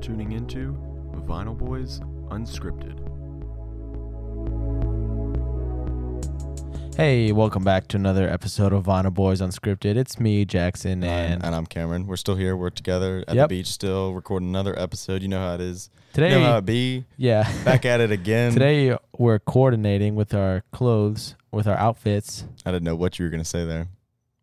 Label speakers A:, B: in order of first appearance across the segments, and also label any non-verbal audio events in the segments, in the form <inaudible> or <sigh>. A: tuning into Vinyl Boys Unscripted.
B: Hey, welcome back to another episode of Vinyl Boys Unscripted. It's me, Jackson, and
C: and, and I'm Cameron. We're still here. We're together at
B: Yep.
C: the beach, still recording another episode. You know how it is.
B: today,
C: You know how it be.
B: yeah, <laughs>
C: uh, Back at it again.
B: today we're coordinating with our clothes, with our outfits.
C: I didn't know what you were gonna say there.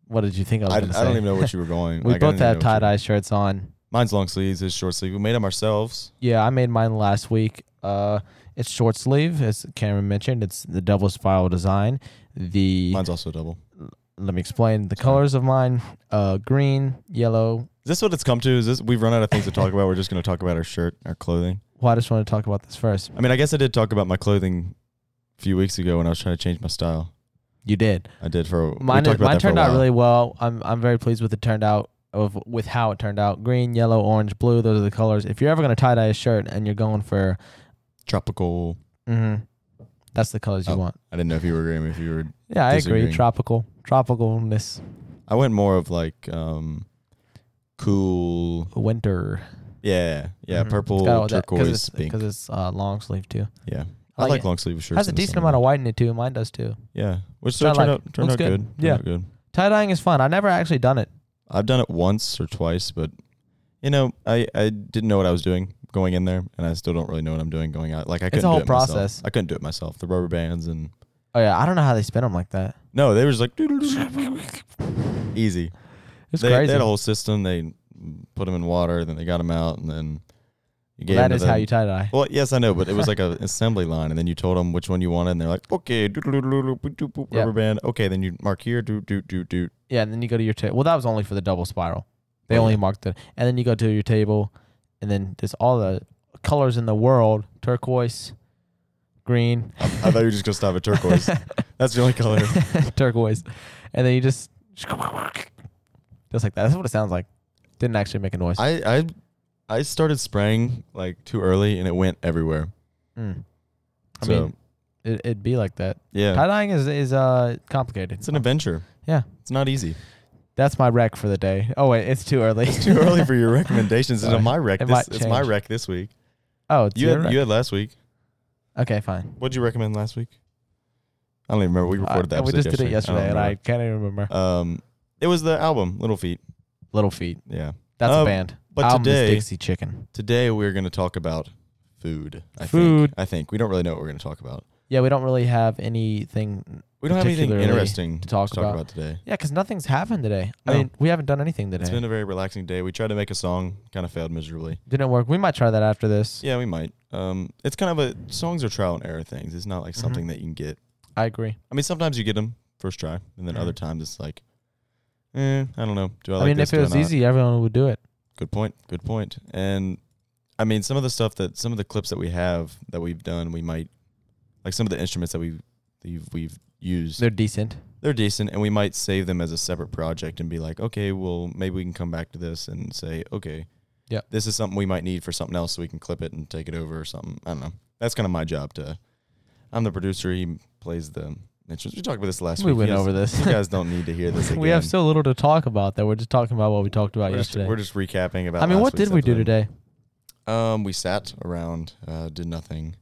B: What did you think I was
C: I,
B: gonna
C: I don't
B: say?
C: even know what you were
B: <laughs>
C: going.
B: we
C: like, I
B: both
C: don't even
B: have
C: know what
B: tie
C: you-
B: dye shirts on.
C: Mine's long sleeves. His short sleeve. We made them ourselves.
B: Yeah, I made mine last week. Uh, it's short sleeve, as Cameron mentioned. It's the double spiral design. The
C: Mine's also double.
B: let me explain the colors of mine: uh, green, yellow.
C: Is this what it's come to? Is this we've run out of things to talk about? We're just gonna talk about our shirt, our clothing.
B: Well, I just want to talk about this first.
C: I mean, I guess I did talk about my clothing a few weeks ago when I was trying to change my style.
B: You did.
C: I did for we
B: Mine,
C: talked
B: is,
C: about
B: mine
C: that for a
B: turned out
C: while.
B: really well. I'm I'm very pleased with the turned out of with how it turned out. Green, yellow, orange, blue. Those are the colors. If you're ever gonna tie dye a shirt and you're going for,
C: tropical.
B: mhm, that's the colors you
C: Mm-hmm. Oh.
B: want.
C: I didn't know if you were agreeing. If you were
B: Yeah, I agree.
C: Disagreeing.
B: Tropical, tropicalness,
C: I went more of like um cool.
B: winter.
C: Yeah,
B: Mhm.
C: yeah,
B: It's
C: purple,
B: got all that- 'cause
C: turquoise,
B: it's,
C: pink.
B: Because it's uh, long sleeve too.
C: yeah,
B: I
C: I
B: like
C: like
B: it.
C: long sleeve shirts.
B: Has a
C: in the
B: decent
C: summer.
B: amount of white in it too. Mine does too.
C: Yeah,
B: Which
C: which
B: I
C: still turned
B: like.
C: out turned
B: Looks
C: out
B: good.
C: good. Turned
B: Yeah.
C: out good.
B: Tie dyeing is fun. I've never actually done it.
C: I've done it once or twice, but you know, I I didn't know what I was doing going in there, and I still don't really know what I'm doing going out. Like I couldn't
B: a whole
C: do it myself.
B: process.
C: I couldn't do it myself. The rubber bands and
B: Oh yeah, I don't know how they spin them like that.
C: no, they were just like easy.
B: It's
C: they,
B: crazy.
C: they had a whole system. They put them in water, then they got them out, and then you gave 'em
B: that
C: to
B: is how
C: them.
B: you tie dye.
C: Well, yes, I know, but it was like an <laughs> assembly line, and then you told them which one you wanted, and they're like, okay, doodle-doodle-doodle, boop, doop, boop,
B: Yeah.
C: rubber band. Okay, then you mark here, do do do do.
B: Yeah, and then you go to your table. Well, that was only for the double spiral. They
C: Oh,
B: only
C: yeah.
B: marked it. And then you go to your table, and then there's all the colors in the world: turquoise, green,
C: I thought you were just gonna stop at turquoise.
B: <laughs>
C: That's the only color.
B: turquoise, and then you just <laughs> just like that. That's what it sounds like. Didn't actually make a noise.
C: I I I started spraying like too early, and it went everywhere.
B: Mm. I
C: so
B: mean, it, it'd be like that. Tie
C: yeah,
B: dyeing is is uh complicated.
C: it's an adventure.
B: Yeah.
C: it's not easy.
B: That's my rec for the day. Oh wait, it's too early.
C: It's too early for your recommendations. It's
B: Sorry.
C: my wreck.
B: It
C: This,
B: might
C: it's my
B: change.
C: wreck this week.
B: <laughs> oh, it's
C: You
B: your
C: had,
B: rec.
C: you had last week.
B: okay, fine.
C: What'd you recommend last week? I don't even remember. We recorded
B: Uh,
C: that.
B: we just did it yesterday, and I
C: I
B: can't even remember.
C: don't remember. um, it was the album Little Feet.
B: Little Feet.
C: Yeah.
B: That's a
C: Um,
B: band.
C: But
B: Album is
C: today,
B: Dixie Chicken.
C: today we're going to talk about food. I
B: Food.
C: Think. I think we don't really know what we're going to talk about.
B: Yeah, we don't really have anything.
C: We don't have anything
B: Particularly
C: interesting
B: to talk about.
C: today.
B: Yeah, because nothing's happened today. I
C: No.
B: mean, we haven't done anything
C: It's
B: today.
C: been a very relaxing day. We tried to make a song, kind of failed miserably.
B: Didn't work. We might try that after this.
C: Yeah, we might. Um, it's kind of a songs are trial and error things. It's not like
B: Mhm.
C: something that you can get.
B: I agree.
C: I mean, sometimes you get them first try, and then
B: Mhm.
C: other times it's like, eh, I don't know. Do I?
B: I,
C: like
B: mean,
C: this?
B: if it
C: Do I
B: was
C: not?
B: easy, everyone would do it.
C: Good point. Good point. And I mean, some of the stuff that some of the clips that we have that we've done, we might like some of the instruments that we've we've, we've used.
B: They're decent.
C: they're decent and we might save them as a separate project and be like okay well maybe we can come back to this and say okay
B: Yeah.
C: this is something we might need for something else so we can clip it and take it over or something i don't know that's kind of my job to i'm the producer he plays the instruments we talked about this last
B: we
C: week
B: went
C: you guys,
B: over this.
C: <laughs>
B: <laughs>
C: you guys don't need to hear this again
B: we have so little to talk about that we're just talking about what we talked about
C: we're just,
B: yesterday.
C: we're just recapping about
B: I mean,
C: last
B: what did
C: week's
B: we do today?
C: episode. um we sat around uh did nothing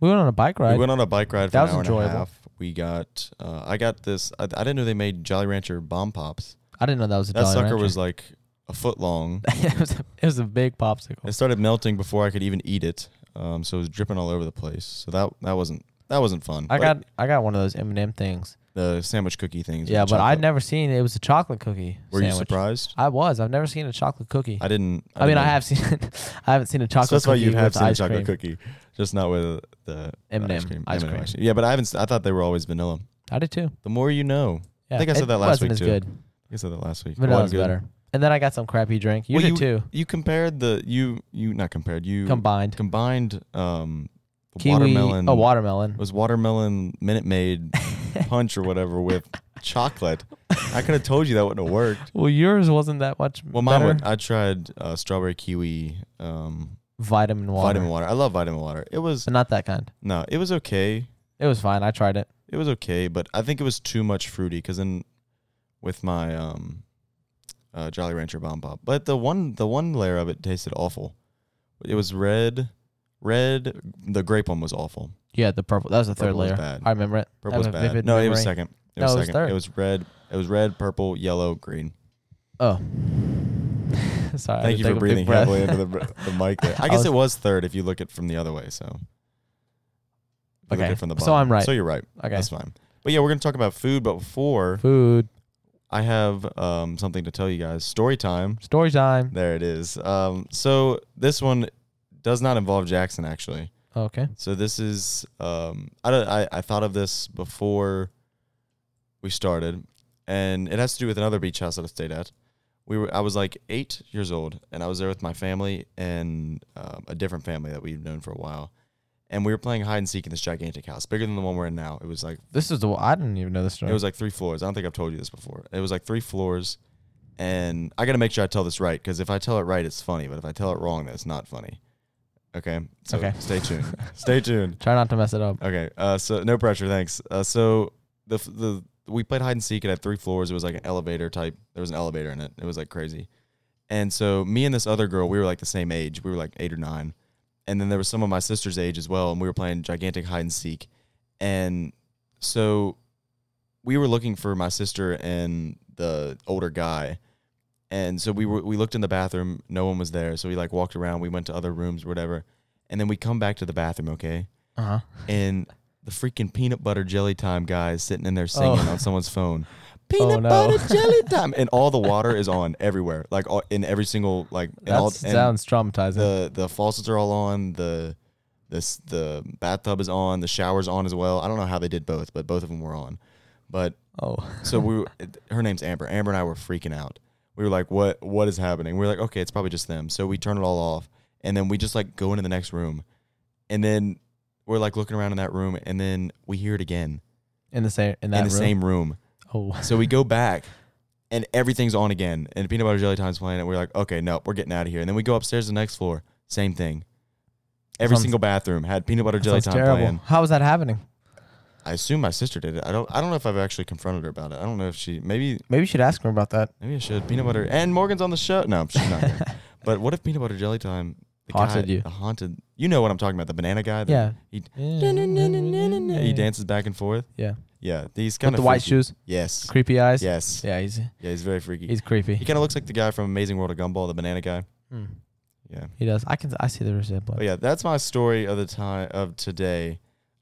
B: We went on a bike ride.
C: we went on a bike ride
B: That
C: for an
B: was
C: hour and
B: enjoyable.
C: a half we got uh i got this I, I didn't know they made jolly rancher bomb pops
B: I didn't know that was a
C: That
B: Jolly
C: sucker
B: Rancher.
C: was like a foot long.
B: <laughs> it, was a, it was a big popsicle.
C: It started melting before I could even eat it. Um, so it was dripping all over the place. So that that wasn't that wasn't fun.
B: I
C: But
B: got I got one of those M and M things.
C: the sandwich cookie things.
B: Yeah,
C: with
B: but I'd
C: chocolate.
B: never seen it was a chocolate cookie.
C: Were you
B: sandwich.
C: surprised?
B: I was. I've never seen a chocolate cookie.
C: I didn't.
B: I mean,
C: didn't
B: I
C: know.
B: have seen. <laughs> I haven't seen a chocolate.
C: So that's why
B: cookie
C: you have
B: with
C: seen a
B: ice
C: chocolate
B: cream.
C: cookie, just not with the
B: M&M
C: ice cream.
B: ice
C: M&M
B: cream.
C: Yeah, but I haven't. s- I thought they were always vanilla.
B: I did too.
C: The more you know.
B: Yeah,
C: think I said
B: it
C: that last
B: wasn't
C: week
B: as
C: too.
B: good.
C: I said that last week. It
B: Vanilla's
C: wasn't good.
B: better. And then I got some crappy drink. You
C: Well,
B: did
C: you-
B: too.
C: You compared the you you not compared you
B: Combined
C: combined um
B: kiwi,
C: watermelon
B: a
C: It
B: watermelon.
C: was watermelon
B: <laughs>
C: Minute Maid punch or whatever with chocolate. I could have told you that wouldn't have worked.
B: Well, yours wasn't that much.
C: Well, mine
B: better.
C: went, I tried uh, strawberry kiwi um,
B: vitamin water,
C: vitamin water. I love vitamin water. It was
B: but not that kind.
C: no, it was okay.
B: It was fine. I tried it.
C: It was okay, but I think it was too much fruity because then with my um, uh, Jolly Rancher Bomb Pop, but the one the one layer of it tasted awful. It was red, red. The grape one was awful.
B: Yeah, the purple. That was the third
C: Purple was
B: layer.
C: bad.
B: I remember it.
C: Purple was
B: have a
C: bad.
B: vivid
C: No, it was
B: memory.
C: second. It
B: No,
C: was
B: it was
C: second.
B: third.
C: It was red. It was red, purple, yellow, green.
B: Oh. <laughs> Sorry. I had to
C: Thank you
B: take a
C: for
B: big
C: breathing
B: breath. <laughs>
C: heavily into the, br- the mic. There. I
B: I
C: guess
B: was-
C: it was third if you look at from the other way. So If you look at
B: Okay.
C: it from the
B: So
C: bottom.
B: I'm right.
C: So you're right.
B: Okay.
C: That's fine. But yeah, we're gonna talk about food. But before
B: Food.
C: I have um, something to tell you guys. Story time.
B: Story time.
C: There it is. Um, so this one does not involve Jackson actually.
B: Okay.
C: So this is um, I don't I, I thought of this before we started, and it has to do with another beach house that I stayed at. We were I was like eight years old, and I was there with my family and um, a different family that we've known for a while, and we were playing hide and seek in this gigantic house, bigger than the one we're in now. It was like
B: This is the one. I didn't even know the story.
C: it was like three floors. I don't think I've told you this before. It was like three floors, and I got to make sure I tell this right because if I tell it right, it's funny. But if I tell it wrong, then it's not funny. Okay. So
B: Okay.
C: Stay tuned. stay tuned.
B: Try not to mess it up.
C: Okay. Uh, so no pressure. Thanks. Uh, so the f- the we played hide and seek. It had three floors. It was like an elevator type. There was an elevator in it. It was like crazy. And so me and this other girl, we were like the same age. We were like eight or nine. And then there was some of my sister's age as well. And we were playing gigantic hide and seek. And so we were looking for my sister and the older guy. And so we were we looked in the bathroom. No one was there. So we like walked around. We went to other rooms, whatever. And then we come back to the bathroom. Okay
B: Uh huh.
C: and the freaking peanut butter jelly time guy is sitting in there singing
B: <laughs> Oh.
C: on someone's phone. Peanut
B: no. <laughs>
C: butter jelly time, and all the water is on everywhere, like all, in every single like. And all,
B: That
C: and
B: sounds traumatizing.
C: the the faucets are all on the this the bathtub is on the showers on as well. I don't know how they did both, but both of them were on. But
B: oh.
C: so we, were- it- her name's Amber. Amber and I were freaking out. We were like, "What? What is happening?" We were like, "Okay, it's probably just them." So we turn it all off, and then we just like go into the next room, and then we're like looking around in that room, and then we hear it again
B: In the same. In that
C: in the
B: room.
C: same room. <laughs>
B: Oh.
C: So we go back, and everything's on again, and peanut butter jelly time's playing, and we're like, "Okay, no, we're getting out of here." And then we go upstairs to the next floor, same thing. Every
B: Sounds-
C: single bathroom had peanut butter jelly
B: Sounds
C: time
B: terrible.
C: playing.
B: How was that happening?
C: I assume my sister did it. I don't. I don't know if I've actually confronted her about it. I don't know if she maybe
B: Maybe you should ask her about that.
C: Maybe I should. Peanut butter and Morgan's on the show. No, she's
B: <laughs>
C: not. here. but what if peanut butter jelly time the
B: Haunted
C: guy-
B: you.
C: The haunted. You know what I'm talking about? The banana guy. that
B: Yeah. <laughs>
C: He, <laughs> he
B: He
C: dances back and forth.
B: Yeah.
C: Yeah. He's kind
B: With
C: of
B: the white shoes,
C: Yes.
B: creepy eyes.
C: Yes.
B: Yeah. He's
C: Yeah. He's very freaky.
B: he's
C: he
B: creepy.
C: kind of looks like the guy from Amazing World of Gumball, the banana guy.
B: Hmm.
C: Yeah.
B: He does. I can. I see the
C: But
B: resemblance.
C: yeah, that's my story of the time of today.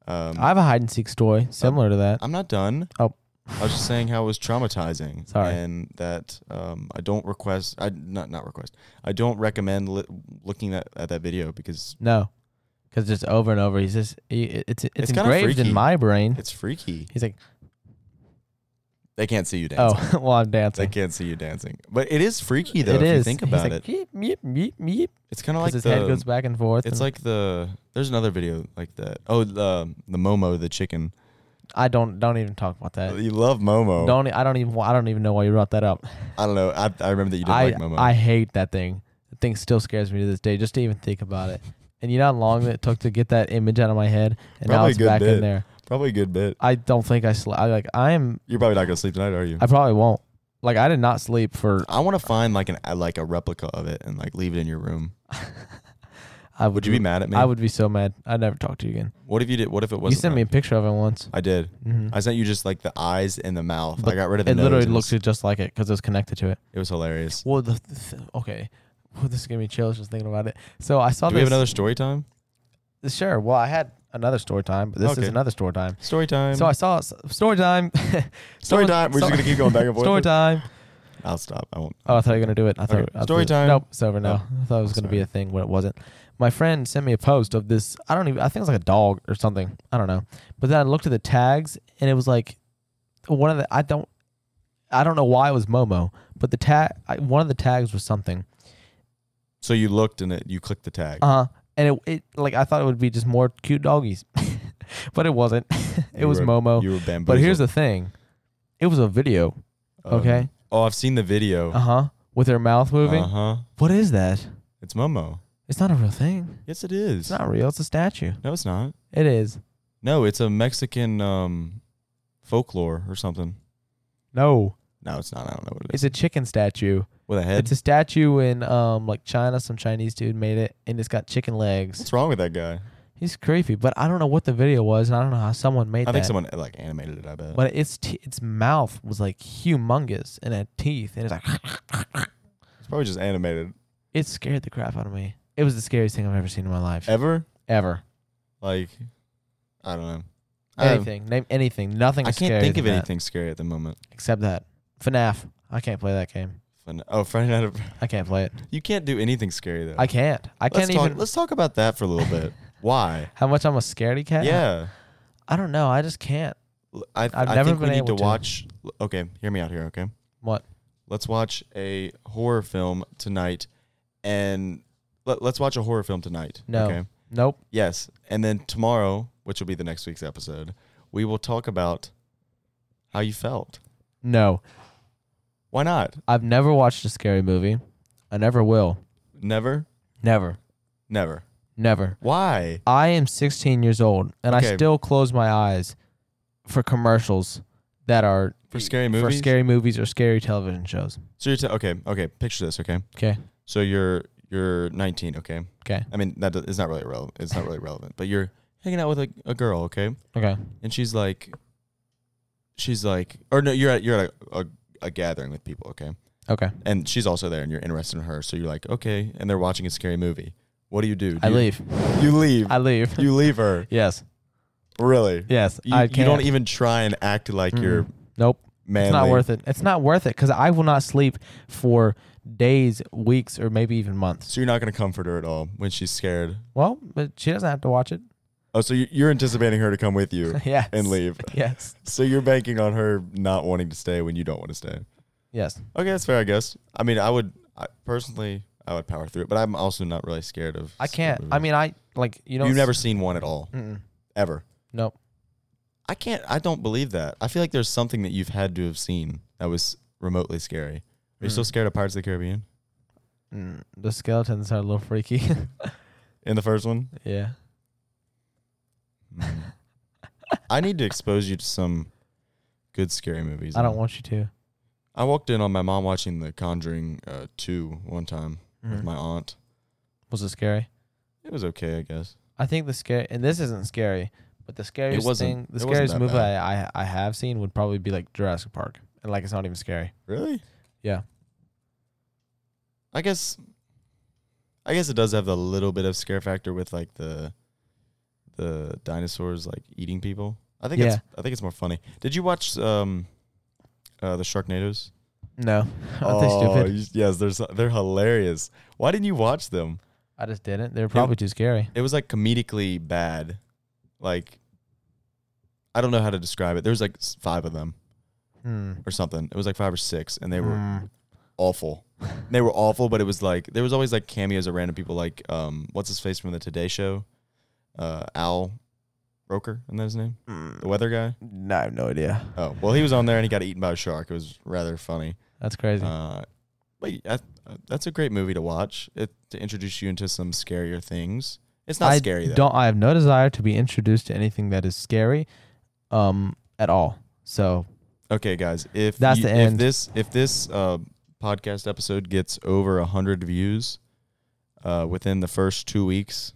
C: Um,
B: I have a hide and seek story similar to that.
C: I'm not done.
B: Oh.
C: I was just saying how it was traumatizing.
B: Sorry.
C: And that um, I don't request, I not not request, I don't recommend li- looking at, at that video because
B: No, because it's over and over. He's just. He, it's it's,
C: It's kinda
B: engraved
C: freaky.
B: in my brain.
C: it's freaky.
B: He's like,
C: They can't see you dancing.
B: oh, <laughs> well, I'm
C: They
B: dancing.
C: can't see you dancing. But it is freaky though.
B: it
C: if
B: is.
C: you think about
B: He's like,
C: it.
B: Yeep, yeep, yeep, yeep.
C: It's kind of
B: 'Cause
C: like
B: his
C: the,
B: head goes back and forth.
C: it's
B: and
C: like the, there's another video like that. Oh, the, the Momo, the chicken.
B: I don't don't even talk about that.
C: You love Momo.
B: Uh, Don't e, I don't even wa- I don't even know why you brought that up.
C: I don't know. I, I remember that you didn't
B: I
C: like Momo.
B: I hate that thing. The thing still scares me to this day just to even think about
C: <laughs>
B: it. And you know how long it took to get that image out of my head, and now
C: Probably a
B: it's
C: good
B: back
C: bit.
B: in there.
C: probably a good bit.
B: I don't think I slept. I like I am.
C: You're probably not going to sleep tonight, are you?
B: I probably won't. Like I did not sleep for. <laughs>
C: I want to find like an like a replica of it and like leave it in your room.
B: I
C: Would you be mad at me?
B: I would be so mad. I'd never talk to you again.
C: What if you did? What if it
B: You
C: wasn't?
B: sent me a
C: that?
B: picture of it once.
C: I did.
B: hmm
C: I sent you just like the eyes and the mouth. I
B: But
C: got rid of the
B: It
C: nose
B: literally
C: and
B: looks
C: It was,
B: just like it because it was connected to it.
C: it was hilarious.
B: Well, the, the th- okay. Well, this is giving me chills just thinking about it. So I saw
C: Do
B: this.
C: we have another story time?
B: Sure. Well, I had another story time, but this
C: Okay. Um,
B: is another story time.
C: Story time.
B: So I saw s- story time.
C: story
B: someone-
C: time. We're just
B: some-
C: gonna keep going back and forth.
B: story time.
C: I'll stop. I won't.
B: Oh, I thought you were gonna do it. I thought
C: Okay.
B: I thought
C: Story
B: it-
C: time. Oh,
B: Nope, it's over now. I thought it was gonna be
C: sorry.
B: a thing when it wasn't. My friend sent me a post of this. I don't even. I think it's like a dog or something. I don't know. But then I looked at the tags and it was like one of the. I don't. I don't know why it was Momo, but the tag. I, one of the tags was something.
C: So you looked and it, you clicked the tag.
B: Uh huh. And it, it like I thought it would be just more cute doggies, <laughs> but it wasn't. it
C: You
B: was
C: were-
B: Momo.
C: You were bamboozled.
B: But here's the thing. It was a video,
C: Um,
B: okay?
C: Oh, Uh-huh. I've seen the video.
B: Uh huh. With her mouth moving.
C: huh.
B: What is that?
C: It's Momo.
B: It's not a real thing.
C: Yes, it is.
B: It's not real. It's a statue.
C: No, it's not.
B: It is.
C: No, it's a Mexican um, folklore or something.
B: No.
C: No, it's not. I don't know what it is.
B: It's a chicken statue
C: with a head.
B: It's a statue in um like China. Some Chinese dude made it, and it's got chicken legs.
C: What's wrong with that guy?
B: He's creepy, but I don't know what the video was, and I don't know how someone made
C: I
B: that.
C: think someone uh, like animated it. I bet.
B: But its t- its mouth was like humongous, and had teeth, and it's like <laughs>
C: It's probably just animated.
B: it scared the crap out of me. It was the scariest thing I've ever seen in my life
C: Ever
B: ever.
C: like, I don't know. I, I
B: Anything, name anything, nothing. is
C: Oh. can't
B: scarier
C: think of
B: than that,
C: anything scary at the moment.
B: except that FNAF. I can't play that game.
C: Fin- Oh, Friday Night. of-
B: I can't play it.
C: <laughs> You can't do anything scary though.
B: I can't. I
C: let's
B: can't
C: talk,
B: even.
C: Let's talk about that for a little
B: <laughs>
C: bit. Why?
B: How much I'm a scaredy cat?
C: Yeah.
B: I don't know. I just can't.
C: L- I, I've
B: never
C: think
B: been
C: we need
B: able
C: to
B: to.
C: watch. l- Okay, hear me out here. Okay,
B: What?
C: let's watch a horror film tonight, and let, let's watch a horror film tonight.
B: No.
C: Okay.
B: Nope.
C: Yes, and then tomorrow, which will be the next week's episode, we will talk about how you felt.
B: No.
C: Why not?
B: I've never watched a scary movie. I never will.
C: Never,
B: Never.
C: never.
B: Never.
C: Why?
B: I am 16 years old and I
C: Okay.
B: still close my eyes for commercials that are e
C: For scary
B: for
C: movies.
B: scary movies or scary television shows.
C: So you're t- okay. Okay. Picture this. Okay.
B: Okay.
C: So you're you're 19. Okay.
B: Okay.
C: I mean that do- it's not really relevant. It's not really relevant. But you're hanging out with a, a girl. Okay.
B: Okay.
C: and she's like she's like or no you're at you're at a, a, a gathering with people okay
B: Okay.
C: and she's also there and you're interested in her so you're like okay and they're watching a scary movie what do you do, Do
B: I
C: you-
B: leave.
C: you leave
B: I leave.
C: you leave her
B: yes.
C: really
B: Yes.
C: you,
B: I
C: you
B: can't.
C: don't even try and act like you're
B: Mm-mm. Nope.
C: manly
B: It's not worth it. It's not worth it because I will not sleep for days, weeks, or maybe even months.
C: so you're not going to comfort her at all when she's scared
B: Well, but she doesn't have to watch it.
C: oh so you- you're anticipating her to come
B: <laughs>
C: with you
B: yes.
C: and leave
B: Yes.
C: so you're banking on her not wanting to stay when you don't want to stay
B: Yes.
C: okay that's fair i guess i mean i would I, personally i would power through it but i'm also not really scared of
B: I
C: scary
B: can't.
C: movies.
B: I mean, I like you know.
C: You've never seen one at all,
B: Mm-mm.
C: ever.
B: Nope.
C: I can't. I don't believe that. I feel like there's something that you've had to have seen that was remotely scary. Are you still
B: Mm.
C: scared of Pirates of the Caribbean
B: Mm, the skeletons are a little freaky. <laughs>
C: in the first one?
B: yeah.
C: I need to expose you to some good scary movies.
B: I don't
C: man.
B: want you to.
C: I walked in on my mom watching The Conjuring uh, two one time with
B: Mm.
C: my aunt.
B: Was it scary?
C: It was okay, I guess.
B: I think the scary, and this isn't scary, but the scariest thing,
C: wasn't-
B: the
C: it wasn't
B: scariest
C: that
B: movie
C: bad.
B: I, I I have seen would probably be like Jurassic Park, and like it's not even scary.
C: Really?
B: Yeah.
C: I guess. I guess it does have a little bit of scare factor with like the, the dinosaurs like eating people. I think it's I think it's more funny. Did you watch um, uh, the Sharknadoes?
B: No, <laughs> aren't
C: Oh,
B: they stupid?
C: you- yes, they're so- they're hilarious. Why didn't you watch them?
B: I just didn't. They were probably too scary.
C: It was like comedically bad, like. I don't know how to describe it. There was like s- five of them
B: Hmm.
C: or something. It was like five or six, and they were
B: Mm.
C: awful.
B: Hmm.
C: They were awful, but it was like there was always like cameos of random people, like um, what's his face from the Today Show, uh, Al Roker, isn't that his name? The weather guy.
B: No, I have no idea.
C: Oh well, he was on there and he got eaten by a shark. It was rather funny.
B: That's crazy.
C: Uh, but yeah, I- that's a great movie to watch. It to introduce you into some scarier things. It's not
B: I
C: scary though.
B: Don't I have no desire to be introduced to anything that is scary, um, at all. So
C: Okay, guys, if
B: That's
C: you-
B: the end.
C: If this if this uh, podcast episode gets over hundred views uh, within the first two weeks,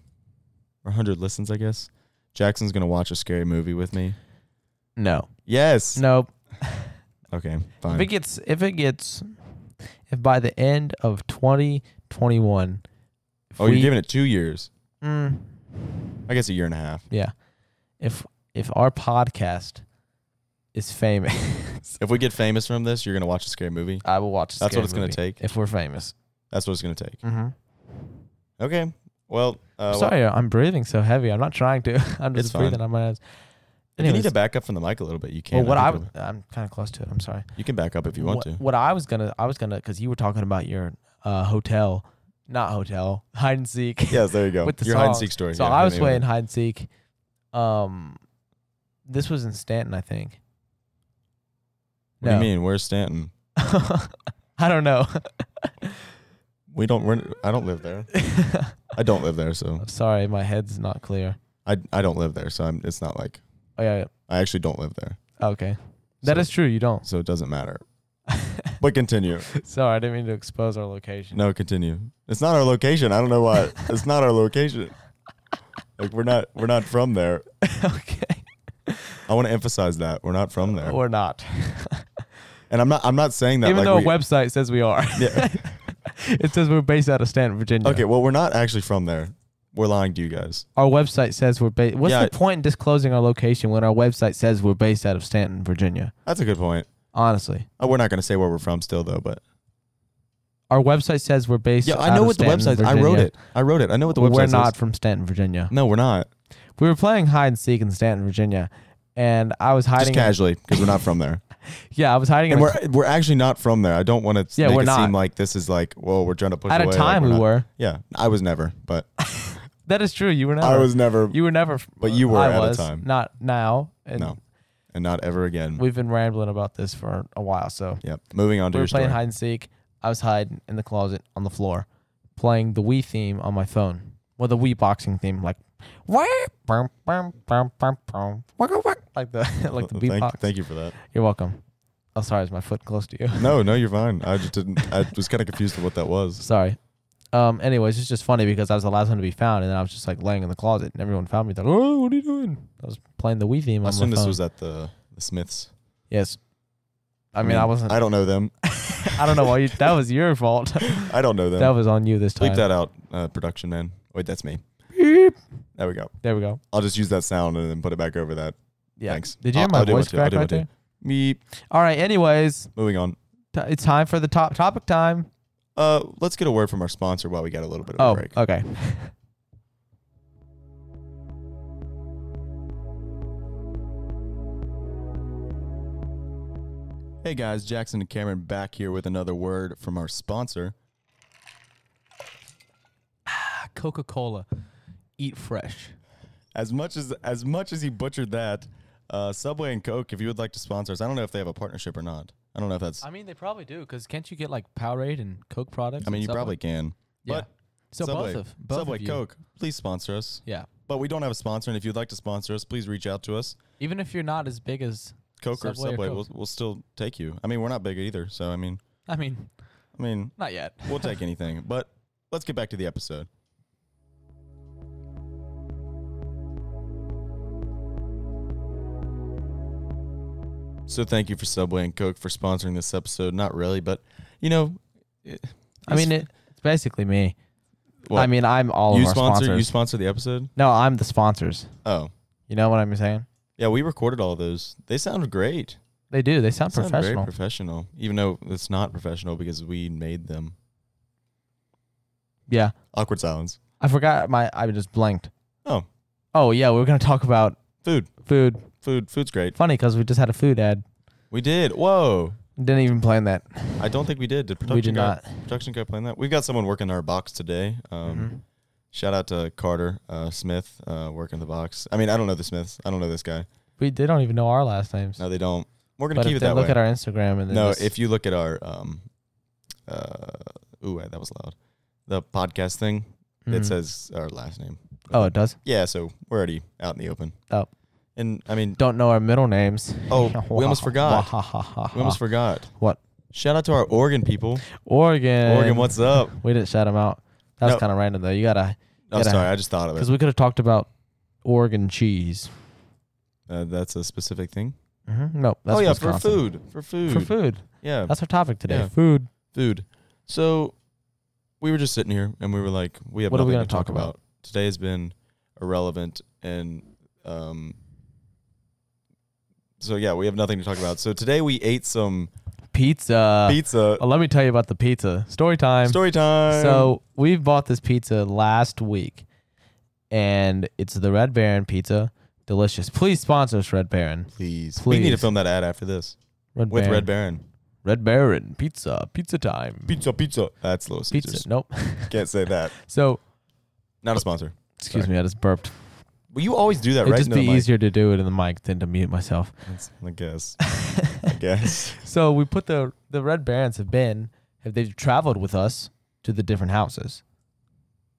C: or hundred listens, I guess Jackson's gonna watch a scary movie with me.
B: no,
C: Yes.
B: nope.
C: Okay.
B: If it
C: Fine.
B: gets, if it gets, if by the end of 2021, if
C: Oh,
B: we-
C: you're giving it two years.
B: mm,
C: I guess a year and a half.
B: yeah, if if our podcast is famous, <laughs>
C: If we get famous from this, you're gonna watch a scary movie.
B: I will watch. a
C: That's
B: scary
C: what it's gonna
B: movie
C: take.
B: If we're famous,
C: That's what it's gonna take.
B: mm-hmm.
C: Okay. Well, uh, well,
B: sorry, I'm breathing so heavy. I'm not trying to. <laughs> I'm
C: It's
B: just
C: fine.
B: breathing on my nose.
C: if you need
B: Anyways,
C: to back up from the mic a little bit. You can.
B: well, what I
C: think
B: w- I'm kind of close to it. I'm sorry.
C: you can back up if you want
B: what,
C: to.
B: what I was gonna, I was gonna, because you were talking about your uh, hotel, not hotel, <laughs> hide and seek.
C: Yes, there you go.
B: With the
C: Your hide and
B: song.
C: seek story.
B: So
C: Yeah,
B: I
C: the
B: was
C: name of it.
B: playing hide and seek. Um, this was in Stanton, I think.
C: What do you mean? Where's Stanton?
B: <laughs> I don't know.
C: We don't. Oh, We're, I don't live there. I don't live there, so
B: <laughs> I'm sorry, my head's not clear.
C: I I don't live there. So I'm, it's not like
B: Oh yeah.
C: I actually don't live there,
B: yeah. Okay. That
C: So-
B: is true. You don't. <laughs>
C: so it doesn't matter. But continue.
B: Sorry, I didn't mean to expose our location.
C: No, continue. It's not our location. I don't know why. It's not our location. Like we're not we're not from there.
B: <laughs> okay.
C: I want to emphasize that. We're not from there.
B: We're not.
C: And I'm not I'm not saying that
B: Even
C: Uh, like
B: though
C: we-
B: our website says we are.
C: <laughs>
B: <laughs>
C: Yeah.
B: it says we're based out of Stanton, Virginia.
C: Okay, well we're not actually from there. We're lying to you guys.
B: Our website says we're based. What's
C: Yeah.
B: the point in disclosing our location when our website says we're based out of Stanton, Virginia?
C: That's a good point.
B: Honestly,
C: Uh, we're not going to say where we're from still though, but
B: our website says we're based.
C: Yeah, I
B: out
C: know
B: of
C: what the
B: Stanton,
C: website. I wrote
B: Virginia.
C: it. I wrote it. I know what the website
B: we're
C: is.
B: not from Stanton, Virginia.
C: No, we're not.
B: We were playing hide and seek in Stanton, Virginia, and I was
C: Just
B: hiding.
C: casually because we're not
B: <laughs>
C: from there.
B: yeah, I was hiding.
C: And
B: in a
C: we're we're actually not from there. I don't want to
B: Yeah,
C: make
B: we're
C: it
B: not.
C: seem like this is like, whoa, we're trying to <laughs> push
B: At
C: away,
B: a
C: like,
B: time,
C: we're
B: we
C: not-
B: were.
C: Yeah, I was never,
B: <laughs>
C: but
B: That is true. You were never.
C: I was never,
B: You were never.
C: But you were
B: I
C: at a
B: was,
C: time.
B: Not now. And
C: no, and not ever again.
B: We've been rambling about this for a while, so
C: yep. Moving on
B: we
C: to
B: were
C: your story.
B: playing hide and seek. I was hiding in the closet on the floor, playing the Wii theme on my phone. Well, the Wii boxing theme, like, "Wah, bum, bum, bum, bum, bum, wugga, wugg," <laughs> like the like the
C: thank,
B: beatbox.
C: thank you for that.
B: You're welcome. Oh, sorry, is my foot close to you? <laughs>
C: No, no, you're fine. I just didn't. I was kind of confused with what that
B: <laughs>
C: was.
B: sorry. Um. Anyways, it's just funny because I was the last one to be found, and then I was just like laying in the closet, and everyone found me. They're like, "Oh, what are you doing?" I was playing the Wii theme on
C: I
B: my
C: assume
B: phone.
C: this was at the, the Smiths.
B: yes. I mean, I wasn't.
C: I don't know them.
B: <laughs> I don't know why you. That
C: <laughs>
B: was your fault.
C: I don't know them.
B: that was on you this time.
C: Bleep that out, uh, production man. Wait, that's me.
B: Beep.
C: There we go.
B: There we go.
C: I'll just use that sound and then put it back over that.
B: Yeah.
C: Thanks.
B: Did you hear
C: I'll-
B: my
C: I'll do
B: voice
C: what you- I'll
B: crack
C: do
B: right
C: what you-
B: there?
C: Me.
B: All right. Anyways,
C: Moving on.
B: t- it's time for the top topic time.
C: Uh, let's get a word from our sponsor while we got a little bit of a
B: Oh, <laughs>
C: break.
B: okay.
C: Hey guys, Jackson and Cameron back here with another word from our sponsor.
B: Coca Cola. Eat fresh.
C: As much as as much as he butchered that, uh, Subway and Coke, if you would like to sponsor us, I don't know if they have a partnership or not. I don't know if that's.
B: I mean, they probably do because can't you get like Powerade and Coke products?
C: I mean,
B: and
C: you
B: Subway?
C: probably can.
B: Yeah.
C: But
B: So
C: Subway,
B: both of both
C: Subway,
B: of you.
C: Coke, please sponsor us.
B: Yeah.
C: But we don't have a sponsor, and if you'd like to sponsor us, please reach out to us.
B: Even if you're not as big as,
C: Coke or
B: Subway or
C: Subway,
B: Coke.
C: We'll, we'll still take you. I mean, we're not big either, so I mean,
B: I mean,
C: I mean,
B: not yet.
C: we'll take anything. But let's get back to the episode. So thank you for Subway and Coke for sponsoring this episode. Not really, but you know, it-
B: I mean, it, it's basically me.
C: What?
B: I mean, I'm all
C: you
B: of our
C: sponsor
B: sponsors.
C: you sponsor the episode.
B: no, I'm the sponsors.
C: Oh
B: You know what I'm saying?
C: yeah, we recorded all those. They sound great.
B: They do. They sound
C: They sound
B: professional.
C: very professional, even though it's not professional because we made them.
B: yeah.
C: Awkward silence.
B: I forgot my. I just blanked.
C: Oh.
B: Oh yeah, we were gonna talk about
C: Food,
B: food.
C: food, food's great.
B: Funny because we just had a food ad.
C: We did. Whoa.
B: Didn't even plan that.
C: I don't think we did. Did
B: <laughs>
C: production
B: we did
C: guy-
B: not.
C: production guy playing that. We've got someone working our box today. Um,
B: Mhm.
C: Shout out to Carter uh, Smith uh, working the box. I mean, I don't know the Smiths. I don't know this guy.
B: We they don't even know our last names.
C: No, they don't. We're gonna
B: but
C: keep
B: if
C: it
B: they
C: that
B: look
C: way.
B: at our Instagram and then
C: no,
B: just-
C: if you look at our um, uh, ooh, that was loud. The podcast thing
B: Mhm.
C: it says our last name.
B: oh, it does.
C: Yeah, so we're already out in the open.
B: Oh.
C: and I mean,
B: Don't know our middle names.
C: <laughs> Oh, we
B: <laughs>
C: almost forgot. we almost forgot.
B: Ah. What? Uh,
C: Shout out to our Oregon people.
B: Oregon.
C: Oregon, what's up?
B: We didn't shout them out. That was
C: No.
B: kind of random though. You gotta
C: I'm
B: Gotta-
C: sorry, I just thought of it.
B: because we could have talked about Oregon cheese.
C: Uh, that's a specific thing.
B: Mm-hmm. No, that's
C: oh yeah, for
B: Wisconsin.
C: food, for food,
B: For food.
C: Yeah,
B: That's our topic today.
C: Yeah.
B: Food.
C: food. So we were just sitting here and we were like, we have
B: What are we gonna
C: nothing to talk,
B: talk about?
C: about. Today has been irrelevant and um. So yeah, we have nothing to talk about. So today we ate some
B: Pizza.
C: pizza.
B: Well, let me tell you about the pizza. Story time.
C: Story time.
B: oh, So we bought this pizza last week, and it's the Red Baron pizza. Delicious. Please sponsor us, Red Baron.
C: please, we need to
B: please.
C: film that ad after this
B: Red
C: with
B: Baron.
C: Red Baron.
B: Red Baron pizza. Pizza time.
C: Pizza, pizza. That's Little
B: Pizza.
C: Caesars.
B: Nope.
C: Can't
B: <laughs>
C: say that.
B: So
C: Not a sponsor.
B: excuse
C: Sorry.
B: me, I just burped.
C: But you always do that,
B: It'd
C: right?
B: just
C: into
B: be
C: the mic.
B: easier to do it in the mic than to mute myself.
C: That's-
B: <laughs>
C: I guess. I guess.
B: So we put the the Red Barons have been have they've traveled with us to the different houses.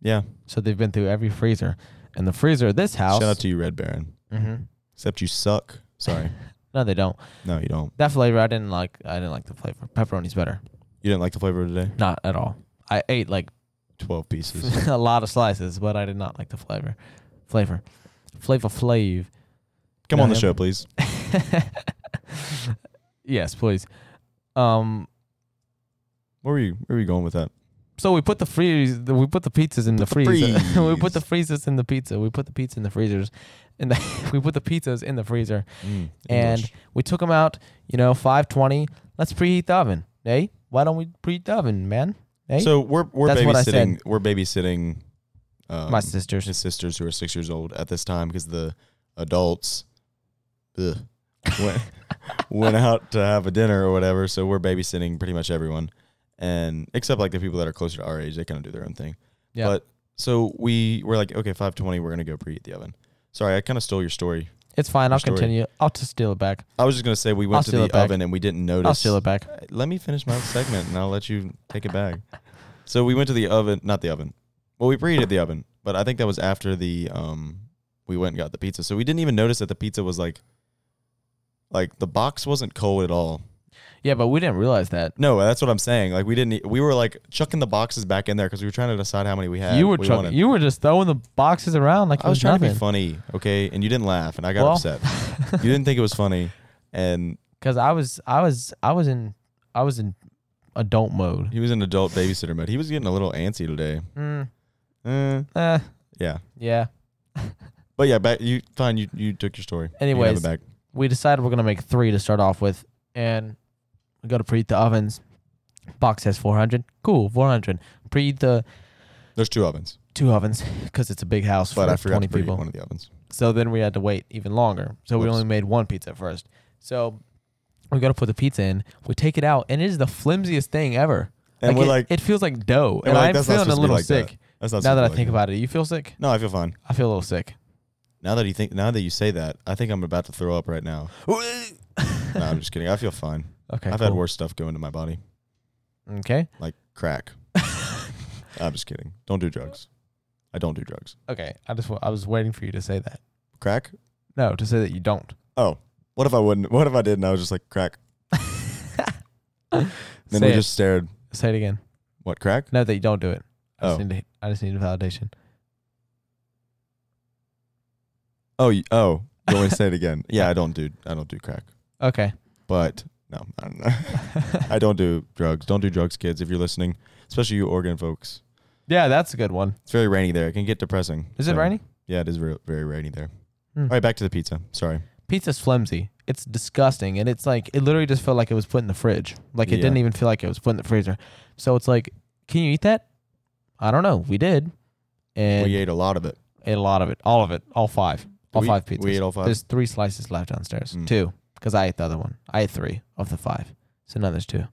C: Yeah.
B: So they've been through every freezer, and the freezer at this house.
C: Shout out to you, Red Baron.
B: Mhm. <laughs>
C: Except you suck. Sorry.
B: No, they don't.
C: No, you don't.
B: That flavor I didn't like. I didn't like the flavor. Pepperoni's better.
C: You didn't like the flavor today?
B: Not at all. I ate like
C: Twelve pieces.
B: <laughs> a lot of slices, but I did not like the flavor. Flavor. Flavor Flav.
C: <laughs>
B: <laughs>
C: Come
B: No,
C: on the
B: yeah.
C: show, please.
B: yes, please. Um
C: Where were you? Where were you going with that?
B: so we put the freeze we put the pizzas in the
C: Put the
B: freezer. <laughs> we
C: freeze.
B: put the freezers in the pizza. We put the pizza in the freezers. And the, <laughs> we put the pizzas in the freezer. Mm, And
C: English.
B: we took them out, you know, 520. Let's preheat the oven. Hey, why don't we preheat the oven, man? Hey,
C: so we're we're
B: That's what I said.
C: babysitting. We're babysitting. Um,
B: my sisters.
C: his sisters who are six years old at this time because the adults ugh, went,
B: <laughs>
C: went out to have a dinner or whatever. So we're babysitting pretty much everyone, and except like the people that are closer to our age, they kind of do their own thing.
B: Yeah.
C: But so we were like, okay, five twenty, we're gonna go preheat the oven. Sorry, I kind of stole your story.
B: It's fine.
C: Your
B: I'll
C: story.
B: continue. I'll just steal it back.
C: I was just gonna say we
B: I'll
C: went to
B: steal
C: the
B: it back.
C: oven and we didn't notice.
B: I'll steal it back.
C: Let me finish my segment and I'll let you take it back. So we went to the oven, not the oven. Well, we preheated the oven, but I think that was after the um we went and got the pizza. So we didn't even notice that the pizza was like like the box wasn't cold at all.
B: Yeah, but we didn't realize that.
C: No, that's what I'm saying. Like we didn't e- we were like chucking the boxes back in there cuz we were trying to decide how many we had.
B: you were
C: we
B: chuck-
C: wanted.
B: you were just throwing the boxes around like it
C: I was trying
B: nothing.
C: to be funny, okay? And you didn't laugh and I got
B: Well-
C: upset.
B: <laughs>
C: you didn't think it was funny and
B: Cause I was I was I was in I was in adult mode.
C: he was in adult babysitter mode. He was getting a little antsy today.
B: Mm,
C: Eh,
B: eh,
C: yeah.
B: yeah.
C: But yeah, back you fine. You you took your story. You have it
B: Anyways.
C: back.
B: We decided we're gonna make three to start off with, and we go to preheat the ovens. Box has 400. Cool, 400. Preheat the
C: there's two ovens,
B: two ovens because it's a big house
C: but
B: for
C: I forgot
B: 20
C: to preheat
B: people.
C: one of the ovens.
B: So then we had to wait even longer. So we
C: Whoops.
B: only made one pizza at first. So we got to put the pizza in. We take it out, and it is the flimsiest thing ever.
C: And we're
B: it,
C: like-
B: it feels like dough,
C: and
B: and
C: we're like,
B: I'm
C: "That's not
B: feeling a
C: supposed to be
B: little
C: like that.
B: sick.
C: That's not
B: Now that I
C: something
B: think
C: like
B: about it, you feel sick?
C: No, I feel fine.
B: I feel a little sick.
C: Now that you think, now that you say that, I think I'm about to throw up right now.
B: okay.
C: No,
B: <laughs>
C: I'm just kidding. I feel fine. I've had
B: cool.
C: worse stuff go into my body,
B: Okay.
C: like crack. I'm just kidding. Don't do drugs. I don't do drugs.
B: <laughs> Okay. I just wa- I was waiting for you to say that.
C: Crack?
B: No, to say that you don't.
C: Oh, what if I wouldn't? What if I did and I was just like crack? <laughs> Then
B: say,
C: we
B: it.
C: just stared.
B: say it again.
C: What crack?
B: No, that you don't do it. I just
C: Oh.
B: need to, I just need a validation.
C: Oh, you- oh.
B: <laughs>
C: You want me to say it again? Yeah, I don't do. I don't do crack.
B: Okay. <laughs>
C: But no, I don't know. <laughs> I don't do drugs. Don't do drugs, kids, if you're listening, especially you Oregon folks.
B: yeah, that's a good one.
C: It's very rainy there. It can get depressing.
B: Is it
C: So,
B: rainy?
C: Yeah, it is very, very rainy there.
B: Hmm.
C: All right, back to the pizza. Sorry.
B: pizza's flimsy. It's disgusting, and it's like it literally just felt like it was put in the fridge. Like it
C: Yeah.
B: didn't even feel like it was put in the freezer. So it's like, can you eat that? I don't know. We did, and
C: we ate a lot of it.
B: ate a lot of it, all of it, all five, all
C: we,
B: five pizzas.
C: We ate all five.
B: There's three slices left downstairs.
C: Mm.
B: Two, because I ate the other one. I ate three of the five. So now there's two.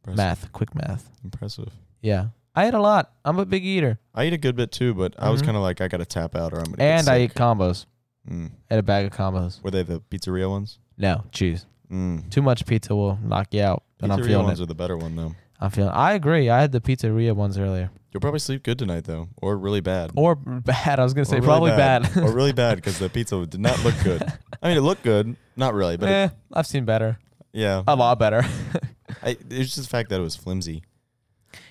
C: impressive.
B: Math, quick math.
C: impressive.
B: Yeah, I ate a lot. I'm a big eater,
C: I ate a good bit too, but I was
B: Mhm.
C: kind of like, I got to tap out or I'm going to
B: and
C: get
B: I
C: sick.
B: ate combos.
C: Mm.
B: Ate a bag of combos.
C: Were they the pizzeria ones?
B: No, cheese.
C: Mm.
B: Too much pizza will knock you out, and I'm
C: Pizzeria
B: feeling it.
C: ones are the better one, though.
B: I'm feeling. I agree. I had the pizzeria ones earlier,
C: You'll probably sleep good tonight, though, or really bad.
B: or bad. I Oh, was gonna
C: Mm. Or
B: say
C: really
B: probably bad. <laughs>
C: or really bad because the pizza did not look good. I mean, it looked good, not really, but it,
B: Eh, I've seen better,
C: yeah.
B: a lot better. <laughs>
C: I, it's just the fact that it was flimsy.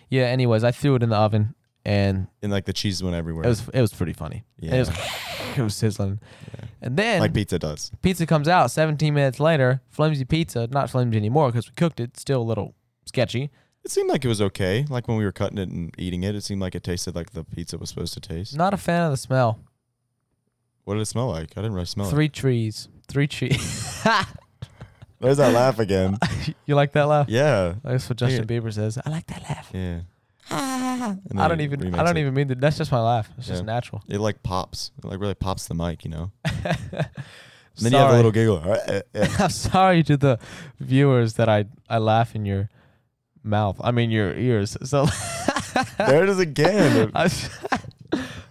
B: yeah. Anyways, I threw it in the oven, and
C: and like the cheese went everywhere.
B: it was it was pretty funny.
C: yeah.
B: It was <laughs> it was sizzling,
C: Yeah.
B: and then
C: like pizza does.
B: pizza comes out. 17 minutes later, flimsy pizza, not flimsy anymore because we cooked it. Still a little sketchy.
C: It seemed like it was okay. Like when we were cutting it and eating it, it seemed like it tasted like the pizza was supposed to taste.
B: Not a fan of the smell.
C: What did it smell like? I didn't really smell it.
B: Three trees, three trees.
C: There's that laugh again.
B: <laughs> you like that laugh?
C: yeah.
B: That's what Justin Bieber says. I like that laugh. <laughs>
C: Yeah. And
B: I
C: then
B: don't
C: it
B: even. I
C: remakes
B: don't
C: it.
B: even mean that. That's just my laugh. It's just
C: Yeah.
B: natural. <laughs>
C: It like pops. It like really pops the mic, you know. And
B: sorry.
C: then you have a little giggle. <laughs> Eh, eh, eh.
B: <laughs> I'm sorry to the viewers that I I laugh in your mouth. I mean your ears. <laughs> So
C: there it
B: <laughs>
C: is again.
B: I'm s-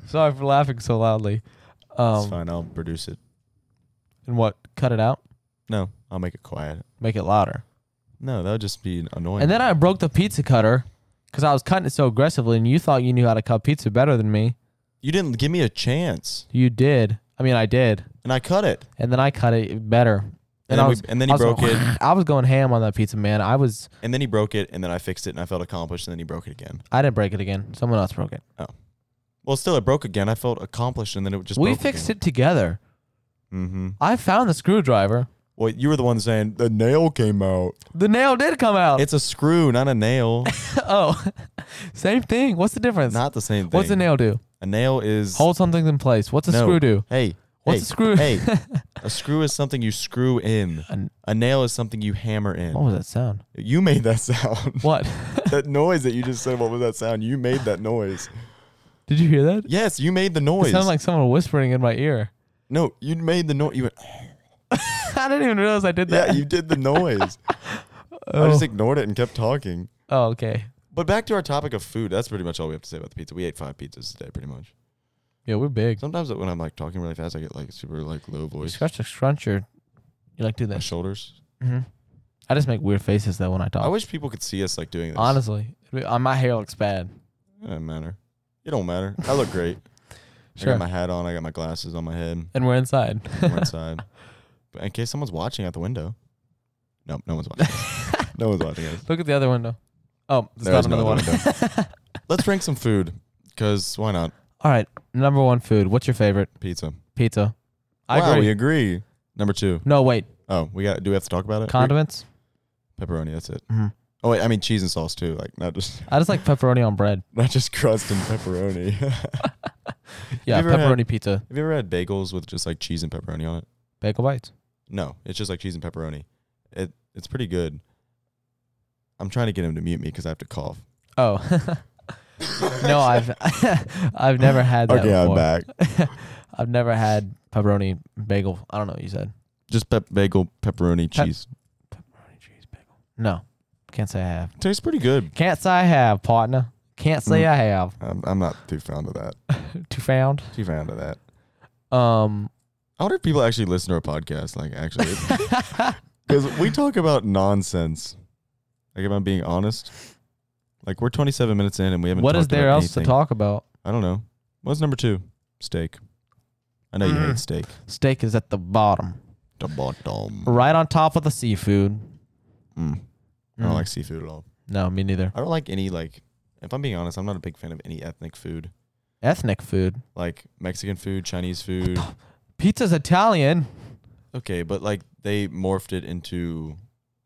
B: sorry for laughing so loudly.
C: it's
B: Um,
C: fine. I'll produce it.
B: and what? Cut it out.
C: No, I'll make it quiet.
B: Make it louder.
C: No, that would just be annoying.
B: And then I broke the pizza cutter because I was cutting it so aggressively, and you thought you knew how to cut pizza better than me.
C: you didn't give me a chance,
B: You did. I mean, I did.
C: and I cut it.
B: And then I cut it better.
C: And,
B: I
C: then,
B: was-
C: we, and
B: I
C: then he
B: was
C: broke
B: going,
C: it,
B: <laughs> I was going ham on that pizza, man. I was.
C: and then he broke it, and then I fixed it, and I felt accomplished, and then he broke it again.
B: I didn't break it again. Someone else broke it.
C: Well, still, it broke again. I felt accomplished, and then it just
B: we fixed it together.
C: Mm-hmm.
B: I found the screwdriver.
C: Well, you were the one saying the nail came out.
B: The nail did come out.
C: It's a screw, not
B: <laughs>
C: a nail.
B: oh, same thing. What's the difference?
C: not the same thing.
B: What's a nail do?
C: A nail is
B: Hold something in place. What's a
C: No.
B: screw do?
C: Hey,
B: What's
C: hey,
B: a screw? <laughs>
C: hey, a screw is something you screw in.
B: An-
C: A nail is something you hammer in.
B: What was that sound?
C: You made that <laughs> sound.
B: What? <laughs>
C: that noise that you just said. What was that sound? You made that
B: <laughs>
C: noise.
B: did you hear that?
C: Yes, you made the
B: It
C: noise.
B: sounded like someone whispering in my ear. <laughs>
C: no, you made the noise. You went,
B: I didn't even realize I did that.
C: <laughs> yeah, you did the noise.
B: oh.
C: I just ignored it and kept talking.
B: oh, okay.
C: But back to our topic of food. That's pretty much all we have to say about the pizza. We ate five pizzas today, pretty much.
B: Yeah, we're big.
C: Sometimes when I'm like talking really fast, I get like super like low
B: You
C: voice.
B: scratch a scrunch your. You like do
C: My
B: this.
C: shoulders.
B: hmm I just make weird faces though when I talk.
C: I wish people could see us like doing this.
B: Honestly, Uh, my hair looks bad.
C: It doesn't matter. It don't matter. I
B: <laughs>
C: look great. I
B: Sure.
C: got my hat on. I got my glasses on my head.
B: <laughs> and we're inside.
C: I'm inside. But in case someone's watching out the window. No, no
B: <laughs>
C: one's watching. us. no one's watching us.
B: Look at the other window. Oh, there's
C: There
B: not
C: is no
B: another one.
C: other Let's rank some food, cause why not?
B: <laughs> All right, number one food. What's your favorite?
C: Pizza.
B: Pizza. I
C: wow,
B: agree.
C: we agree. Number two.
B: No, wait.
C: Oh, we got. Do we have to talk about it?
B: Condiments.
C: Pepperoni. That's it.
B: Mhm.
C: Oh wait, I mean cheese and sauce too. Like not just <laughs>
B: I just like pepperoni on bread.
C: not just crust and pepperoni. <laughs>
B: Yeah,
C: you ever had-
B: pepperoni pizza,
C: Have you ever had bagels with just like cheese and pepperoni on it?
B: bagel bites.
C: No, it's just like cheese and pepperoni. It it's pretty good. I'm trying to get him to mute me because I have to cough.
B: Oh. <laughs> no, I've <laughs> I've never had that
C: okay, I'm
B: before.
C: back.
B: <laughs> I've never had pepperoni bagel. I don't know what you said.
C: Just pep bagel pepperoni
B: Pep-
C: cheese.
B: Pepperoni cheese bagel. No. Can't say I have.
C: Tastes pretty good.
B: Can't say I have, partner. Can't say
C: Mm.
B: I have.
C: I'm, I'm not too fond of that.
B: Too found.
C: Too fond of that.
B: Um <laughs>
C: I wonder if people actually listen to our podcast. Like actually, because we talk about nonsense. Like if I'm being honest, like we're 27 minutes in and we haven't.
B: what is
C: talked
B: there
C: about
B: else to
C: anything.
B: talk about?
C: I don't know. What's number two? Steak. I know you
B: Mm.
C: hate steak.
B: Steak is at the bottom,
C: The bottom.
B: right on top of the seafood.
C: Mm. I don't
B: Mm.
C: like seafood at all.
B: No, me neither.
C: I don't like any like. If I'm being honest, I'm not a big fan of any ethnic food,
B: Ethnic food.
C: like Mexican food, Chinese food.
B: Pizza's Italian.
C: Okay, but like they morphed it into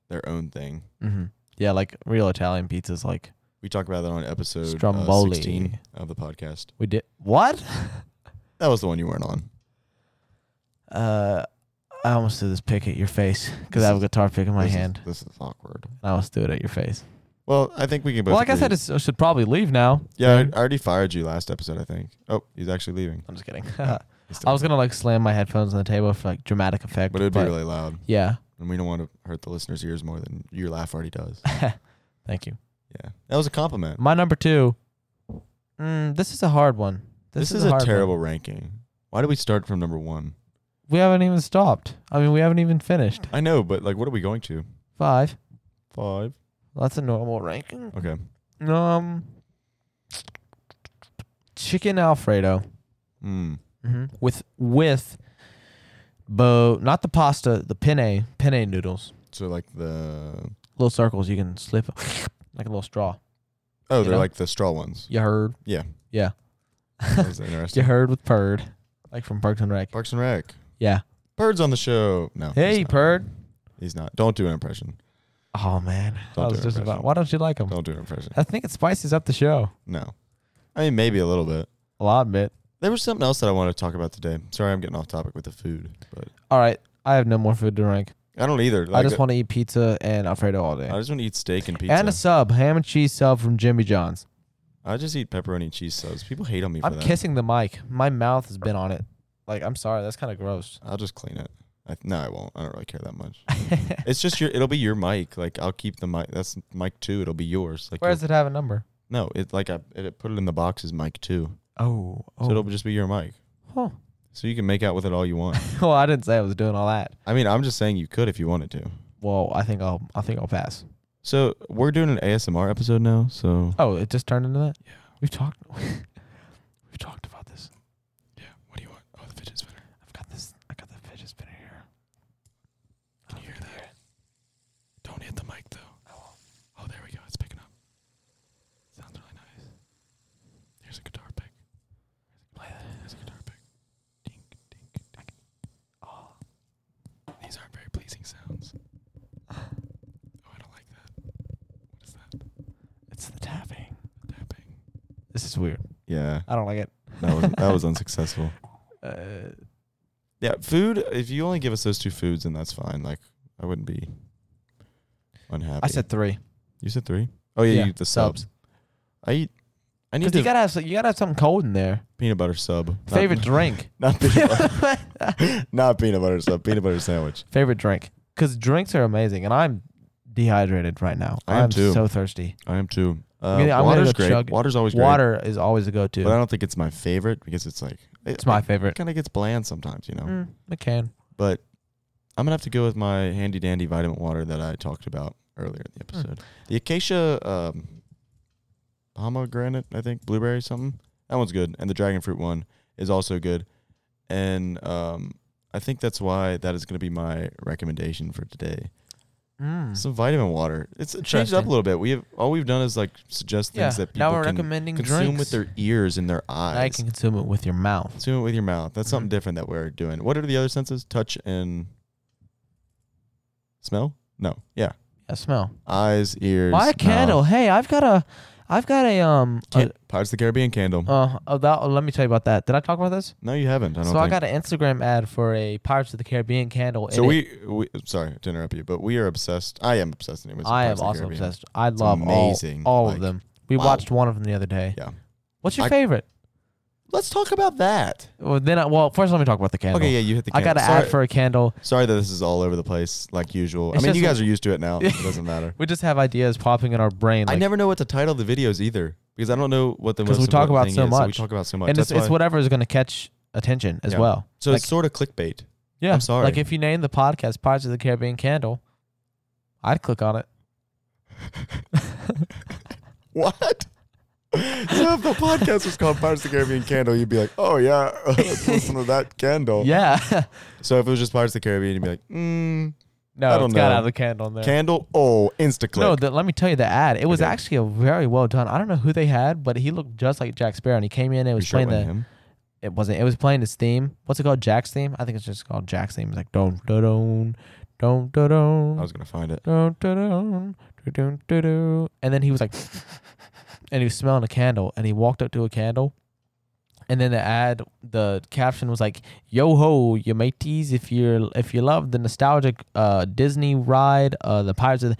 C: their own thing.
B: hmm Yeah, like real Italian pizza's like
C: We talked about that on episode uh,
B: Stromboli.
C: 16 of the podcast.
B: we did what?
C: That was the one you weren't on.
B: Uh, I almost threw this pick at your face because I have a guitar pick in my
C: This is-
B: hand,
C: this is awkward.
B: and I almost threw it at your face.
C: Well, I think we can both.
B: well, I guess I
C: agree.
B: just I should probably leave now.
C: Yeah, I,
B: Dude.
C: I already fired you last episode. I think. Oh, he's actually leaving.
B: I'm just
C: <laughs>
B: kidding. <laughs>
C: He's still
B: I was
C: leaving.
B: gonna like slam my headphones on the table for like dramatic effect,
C: But it'd be really loud,
B: yeah.
C: and we don't want to hurt the listeners' ears more than your laugh
B: <laughs>
C: already does.
B: Thank you.
C: Yeah, that was a compliment.
B: My number two. Mm, this is a hard one.
C: This, is,
B: a,
C: a,
B: hard one.
C: terrible ranking. Why do we start from number one?
B: We haven't even stopped. I mean, we haven't even finished.
C: I know, but like, what are we going to?
B: Five.
C: Five.
B: That's a normal ranking.
C: Okay.
B: Um, chicken Alfredo
C: Mm.
B: hmm with with bo not the pasta, the penne penne noodles,
C: So like the
B: little circles you can slip <laughs> like a little straw.
C: oh,
B: You
C: they're
B: know?
C: like the straw ones.
B: You heard?
C: Yeah.
B: Yeah.
C: That
B: <laughs>
C: was
B: you
C: interesting.
B: heard with Perd, like from Parks and Rec.
C: Parks and Rec.
B: Yeah.
C: Bird's on the show. No. he's
B: Hey,
C: not.
B: Perd.
C: He's not. Don't do an impression.
B: Oh man,
C: Don't
B: I
C: do
B: was
C: an
B: just
C: impression.
B: about. Why don't you like him?
C: Don't do an impression.
B: I think it spices up the show
C: No. I mean, maybe a little bit.
B: a lot, bit.
C: There was something else that I wanted to talk about today. Sorry, I'm getting off topic with the food, but
B: All right, I have no more food to rank.
C: I don't either.
B: I
C: Like,
B: just want to eat pizza and Alfredo all day,
C: I just want to eat steak and pizza.
B: and a sub, ham and cheese sub from Jimmy John's.
C: I just eat pepperoni and cheese subs. People hate on me for
B: I'm
C: that.
B: kissing the mic. My mouth has been on it. Like I'm sorry, that's kind of <laughs> gross.
C: I'll just clean it. I, no, I won't. I don't really care that much.
B: <laughs>
C: it's just your. It'll be your mic. Like I'll keep the mic. That's mic two. It'll be yours. Like
B: Where
C: your-
B: does it have a number?
C: no, it like I it, it put it in the box as mic two.
B: Oh,
C: So it'll just be your mic.
B: Huh. <laughs>
C: So you can make out with it all you want.
B: well, I didn't say I was doing all that.
C: I mean, I'm just saying you could if you wanted to.
B: Well, I think I'll, I think I'll pass.
C: So we're doing an ASMR episode now. So
B: Oh, it just turned into that. Yeah, we've talked, <laughs> we've talked about this.
C: yeah, what do you want? Oh, the fidget spinner.
B: I've got this, I got the fidget spinner here.
C: Can
B: This is weird.
C: Yeah,
B: I don't like it.
C: that was that was unsuccessful.
B: Uh,
C: <laughs> Yeah, food. If you only give us those two foods, then that's fine. Like I wouldn't be unhappy.
B: I said three.
C: you said three. Oh yeah, you eat the subs. I eat. I need
B: Because
C: to
B: you gotta have some- you gotta have something cold in there.
C: peanut butter sub. Not- <laughs>
B: Favorite <laughs> drink.
C: Not peanut
B: <laughs>
C: butter, not peanut butter sub. Peanut butter sandwich.
B: Favorite drink. Because drinks are amazing, and I'm dehydrated right now.
C: I am
B: I'm
C: too.
B: so thirsty.
C: I am too. Uh,
B: I'm gonna- I'm gonna go
C: water's great.
B: chug-
C: Water's always great.
B: Water is always a go-to.
C: But I don't think it's my favorite because it's like it,
B: it's my favorite.
C: kind of gets bland sometimes, you know.
B: Mm, I can.
C: But I'm gonna have to go with my handy dandy vitamin water that I talked about earlier in the
B: Hmm.
C: episode. The acacia um, pomegranate, I think, blueberry something. That one's good, and the dragon fruit one is also good. And um, I think that's why that is gonna be my recommendation for today.
B: Mm.
C: Some vitamin water. It's changed up
B: Interesting.
C: a little bit. We have all we've done is like suggest
B: yeah.
C: things that people
B: Now we're
C: can
B: recommending
C: consume
B: drinks.
C: with their ears and their eyes.
B: now you can consume it with your mouth.
C: Consume it with your mouth. That's something
B: Mhm.
C: different that we're doing. What are the other senses? Touch and smell? No. Yeah.
B: Yeah, smell.
C: Eyes, ears.
B: My candle.
C: mouth.
B: Hey, I've got a, I've got a um. a-
C: Can- Pirates of the Caribbean candle.
B: uh, oh, that, oh, let me tell you about that. Did I talk about this?
C: no, you haven't. I don't
B: so
C: think.
B: I got an Instagram ad for a Pirates of the Caribbean candle.
C: so
B: and it-
C: we, we, sorry to interrupt you, but we are obsessed. I am obsessed. Anyways, with
B: I am
C: Pirates of the
B: also
C: Caribbean.
B: obsessed. I love all,
C: amazing,
B: all
C: like,
B: of them. We
C: wow.
B: watched one of them the other day.
C: Yeah.
B: What's your
C: I-
B: favorite?
C: Let's talk about that.
B: Well, then, I, well, first let me talk about the candle.
C: Okay, yeah, you hit the
B: I
C: candle.
B: got an
C: sorry,
B: ad for a candle.
C: sorry that this is all over the place like usual.
B: It's
C: I mean, you
B: just-
C: guys are used to it now. it
B: <laughs>
C: doesn't matter.
B: We just have ideas popping in our brain.
C: I
B: like-
C: never know what to title the videos either because I don't know what the
B: 'Cause
C: most
B: we talk
C: important
B: about
C: thing
B: so
C: is, we
B: much.
C: talk about so much.
B: and it's,
C: That's
B: it's
C: why-
B: whatever is going to catch attention as
C: Yeah.
B: well.
C: So
B: like-
C: it's sort of clickbait. <laughs>
B: Yeah,
C: sorry.
B: Like if you name the podcast "Pirates of the Caribbean Candle," I'd click on
C: <laughs>
B: it.
C: What? So if the podcast was called Pirates of the Caribbean Candle, you'd be like, oh yeah, <laughs> let's listen to that candle.
B: Yeah. <laughs>
C: So if it was just Pirates of the Caribbean, you'd be like, mm,
B: no,
C: I don't
B: it's got
C: know.
B: out of the candle in there.
C: candle, oh, insta click.
B: no, the, let me tell you the ad. It was
C: Okay.
B: actually a very well done. I don't know who they had, but he looked just like Jack Sparrow, and he came in. and It was playing the.
C: him.
B: It wasn't. It was playing his theme. What's it called? Jack's theme. I think it's just called Jack's theme. It's like don da don, don da
C: I
B: don,
C: was gonna find it.
B: don da don, dun, dun, dun. and then he was like, and he was smelling a candle, and he walked up to a candle, and then the ad, the caption was like, "Yo ho, you mateys! If you're if you love the nostalgic uh, Disney ride, uh, the Pirates of the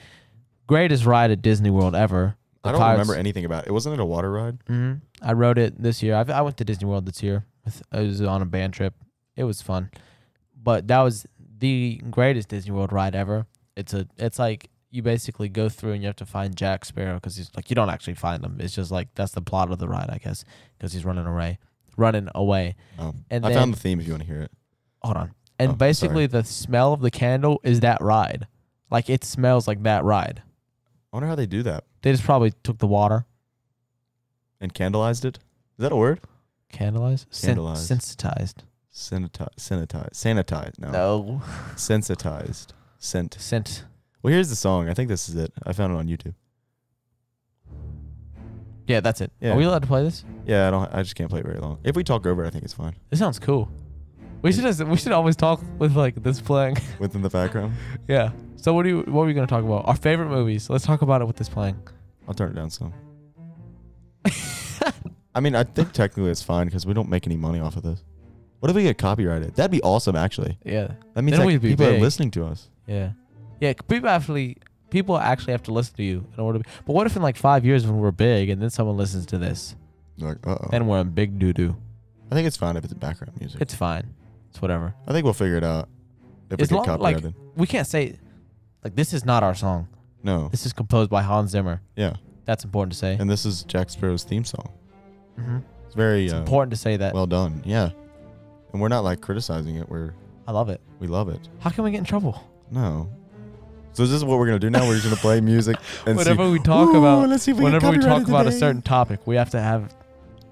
B: greatest ride at Disney World ever." The
C: I don't
B: Pirates-
C: remember anything about it. Wasn't it a water ride?
B: Mhm. I rode it this year. I, I went to Disney World this year. With, I was on a band trip. It was fun, but that was the greatest Disney World ride ever. It's a. It's like you basically go through and you have to find Jack Sparrow because he's like you don't actually find him. It's just like that's the plot of the ride, I guess, because he's running away, running away.
C: Oh.
B: And
C: I
B: then-
C: found the theme if you want to hear it.
B: Hold on. And
C: Oh, sorry.
B: basically, the smell of the candle is that ride. Like it smells like that ride.
C: I wonder how they do that.
B: They just probably took the water,
C: And candleized it? Is that a word?
B: candleized, Sen-
C: Candleized.
B: sensitized.
C: Sanitized. Sanitized. Sanitized. No.
B: No,
C: Sensitized. Sent.
B: sent.
C: Well, here's the song. I think this is it. I found it on YouTube.
B: Yeah, that's it.
C: Yeah.
B: Are we allowed to play this?
C: Yeah, I don't. I just can't play it very long. If we talk over it, I think it's fine.
B: This sounds cool. We should just, we should always talk with like this playing. <laughs>
C: Within the background,
B: yeah. So what do you what are we gonna talk about? Our favorite movies. Let's talk about it with this playing.
C: I'll turn it down some. I mean, I think technically it's fine because we don't make any money off of this. What if we get copyrighted? That'd be awesome, actually.
B: Yeah.
C: That means
B: Then
C: like,
B: we'd be
C: people are
B: big.
C: listening to us.
B: Yeah. Yeah. c- People actually people actually have to listen to you in order. To, but what if in like five years when we're big and then someone listens to this
C: Like, uh oh.
B: and we're in big doo doo?
C: I think it's fine if it's background music.
B: It's fine. It's whatever.
C: I think we'll figure it out if
B: As
C: we get
B: long- like-
C: copyrighted.
B: We can't say like this is not our song.
C: no.
B: This is composed by Hans Zimmer.
C: Yeah.
B: That's important to say.
C: And this is Jack Sparrow's theme song.
B: hmm
C: It's very
B: It's
C: uh,
B: important to say that.
C: well done. Yeah. And we're not like criticizing it. We're
B: I love it.
C: we love it.
B: How can we get in trouble?
C: No. So is this what we're gonna do now? We're just gonna
B: <laughs>
C: play music and see-
B: whenever we talk
C: Ooh,
B: about
C: let's see if we get
B: whenever we talk
C: copyrighted
B: about a
C: today.
B: certain topic, we have to have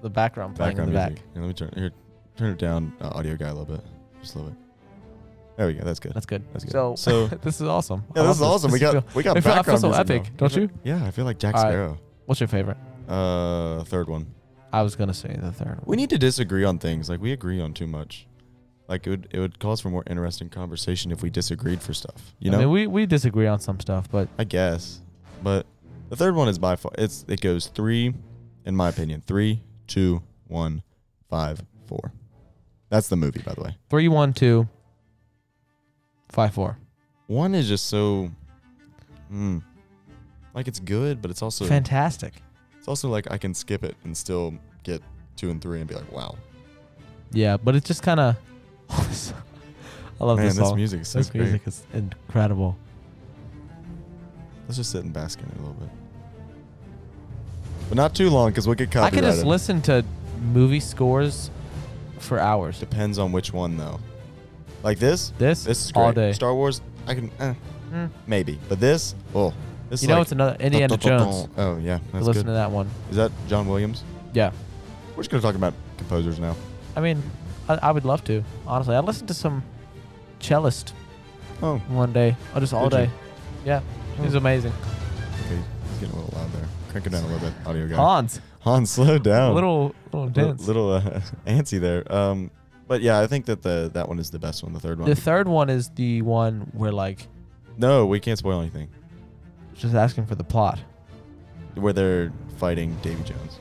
B: the background playing in
C: background
B: the
C: music. Here, let me turn here, turn it down, uh, audio guy a little bit. Just a little bit. There we go. That's
B: back.
C: good.
B: That's good.
C: That's good.
B: So,
C: So-
B: <laughs> this is awesome.
C: Yeah,
B: I
C: this is
B: love
C: awesome. we
B: This
C: got
B: is-
C: we got
B: I feel, I
C: background
B: feel so
C: music
B: epic,
C: now.
B: don't you?
C: Yeah, I feel like Jack
B: All right.
C: Sparrow.
B: What's your favorite?
C: Uh, third one.
B: I was gonna say the third one.
C: We need to disagree on things. Like we agree on too much. Like it would it would cause for more interesting conversation if we disagreed for stuff. You know.
B: I mean, we we disagree on some stuff, but
C: I guess. But the third one is by far it's it goes three, in my opinion. Three, two, one, five, four. That's the movie, by the way.
B: Three, one, two, five, four.
C: One is just so, mm, like it's good, but it's also
B: Fantastic.
C: it's also like I can skip it and still get two and three and be like, wow,
B: Yeah, but it's just kind of. <laughs> I love
C: man,
B: this
C: this,
B: song.
C: music is so
B: this
C: great.
B: music is incredible.
C: Let's just sit and bask in it a little bit, but not too long because we'll get
B: I
C: copyrighted.
B: could just listen to movie scores for hours.
C: Depends on which one though. Like this,
B: This,
C: this is great.
B: all day.
C: Star Wars, I can eh,
B: Mm.
C: maybe, but this, oh, this
B: You
C: is
B: know,
C: like,
B: it's another Indiana Jones.
C: Oh yeah, that's
B: listen
C: good.
B: to that one.
C: Is that John Williams?
B: Yeah,
C: We're just gonna talk about composers now.
B: I mean, I, I would love to. Honestly, I'd listen to some cellist
C: Oh,
B: one day, or just all
C: Did you?
B: day. Yeah, it was
C: Oh.
B: amazing.
C: okay, it's getting a little loud there. Crank it down a little bit, audio guy.
B: Hans,
C: Han, slow
B: a
C: down.
B: little, little
C: Oh. Li-
B: intense.
C: little uh, <laughs> antsy there. Um, but yeah, I think that the that one is the best one. The third one.
B: the third one is the one where like
C: no, we can't spoil anything.
B: just asking for the plot,
C: Where they're fighting Davy Jones.